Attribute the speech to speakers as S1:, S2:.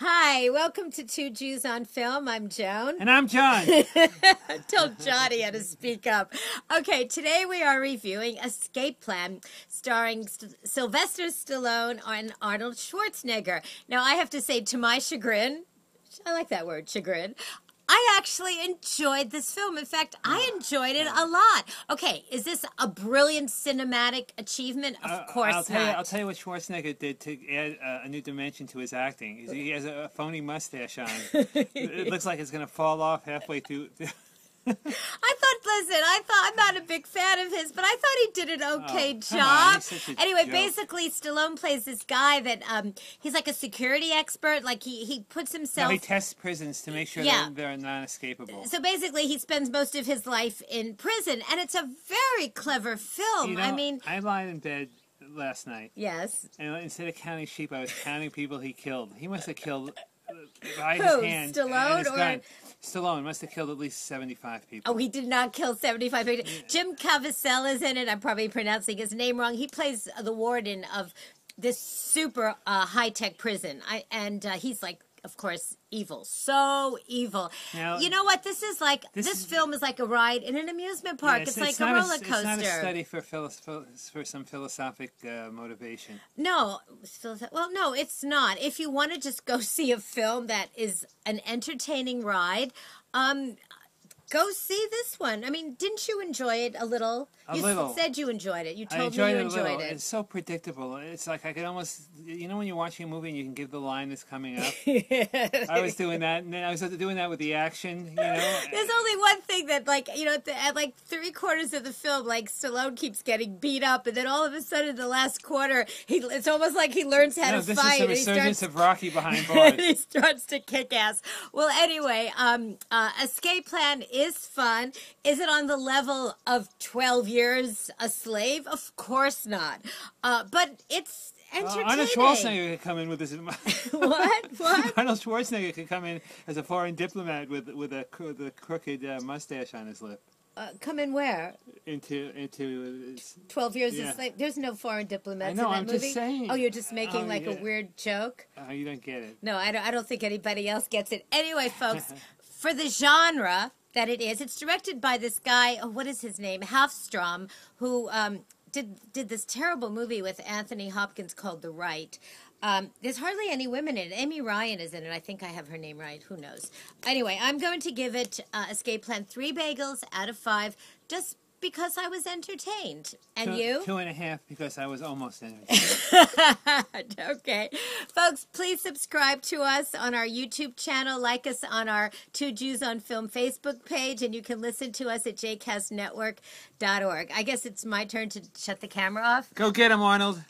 S1: Hi, welcome to Two Jews on Film. I'm Joan.
S2: And I'm John. Uh,
S1: Tell Johnny how to speak up. Okay, today we are reviewing Escape Plan, starring S- Sylvester Stallone and Arnold Schwarzenegger. Now, I have to say, to my chagrin, I like that word, chagrin. I actually enjoyed this film. In fact, I
S2: Ah,
S1: enjoyed it a lot. Okay, is this a brilliant cinematic achievement? Of
S2: Uh,
S1: course
S2: I'll tell
S1: not.
S2: You, I'll tell you what Schwarzenegger did to add uh, a new dimension to his acting. Is he has a phony mustache on. it looks like it's going to fall off halfway through.
S1: I thought, listen, I thought I'm not a big fan of his, but I thought he did an okay
S2: Oh, come on,
S1: job.
S2: he's such a
S1: anyway,
S2: joke.
S1: basically, Stallone plays this guy that um, he's like a security expert. Like he he puts
S2: now
S1: himself.
S2: he tests prisons to make sure
S1: Yeah.
S2: they're, they're non-escapable.
S1: so basically, he spends most of his life in prison, and it's a very clever film.
S2: You
S1: I
S2: know,
S1: mean,
S2: I lied in bed last night,
S1: yes,
S2: and instead of counting sheep, I was counting people he killed. He must have killed. uh, By
S1: Who,
S2: his hand and
S1: Stallone
S2: his
S1: or-
S2: gun. Stallone must have killed at least seventy-five people.
S1: Oh, he did not kill 75 people. Jim Cavacella's in it. I'm probably pronouncing his name wrong. He plays the warden of this super uh, high tech prison. I, and uh, he's like, of course, evil. So evil.
S2: Now-
S1: you know what? This is like, this,
S2: This is-
S1: film is like a ride in an amusement park.
S2: Yeah,
S1: it's, Oh, like a
S2: not
S1: roller
S2: It's not a
S1: coaster.
S2: study for philosoph- for some philosophic uh, motivation.
S1: No, philosoph- well, no, it's not. If you want to just go see a film that is an entertaining ride, um, go see this one. I mean, didn't you enjoy it a little?
S2: A
S1: you s-
S2: little.
S1: said you enjoyed it. You
S2: I
S1: told me
S2: enjoyed
S1: you
S2: it a
S1: enjoyed
S2: little.
S1: it.
S2: It's so predictable. It's like I could almost, you know, when you're watching a movie and you can give the line that's coming up. I was doing that, and then I was doing that with the action. You know,
S1: There's only one thing that, like, you know, at, the, at like three quarters of the film, like Stallone keeps getting beat up, and then all of a sudden, the last quarter, he—it's almost like he learns how
S2: no,
S1: to
S2: this
S1: fight.
S2: is the
S1: and he starts
S2: resurgence of Rocky behind
S1: and
S2: bars.
S1: he starts to kick ass. Well, anyway, um, uh, Escape Plan is fun. Is it on the level of 12 years a slave? Of course not. Uh, but it's
S2: Uh,
S1: entertaining.
S2: Arnold Schwarzenegger could come in with his.
S1: what? What?
S2: Arnold Schwarzenegger could come in as a foreign diplomat with with a cro- the crooked uh, mustache on his lip
S1: Uh, come in where?
S2: into into. Uh,
S1: 12 years a
S2: Yeah.
S1: slave? There's no foreign diplomats
S2: I
S1: in
S2: know,
S1: that
S2: I'm
S1: movie.
S2: just saying.
S1: Oh, you're just making
S2: Oh,
S1: like a
S2: yeah.
S1: weird joke?
S2: oh, you don't get it.
S1: No, I don't, I don't think anybody else gets it. Anyway, folks, for the genre that it is, it's directed by this guy, oh, what is his name? Halfstrom, who um, did, did this terrible movie with Anthony Hopkins called The Right. Um, there's hardly any women in it. Amy Ryan is in it. I think I have her name right. Who knows? Anyway, I'm going to give it uh, Escape Plan three bagels out of five just because I was entertained. And
S2: two,
S1: you?
S2: Two and a half because I was almost in it.
S1: okay. Folks, please subscribe to us on our YouTube channel. Like us on our Two Jews on Film Facebook page. And you can listen to us at jcastnetwork.org. I guess it's my turn to shut the camera off.
S2: Go get him, Arnold.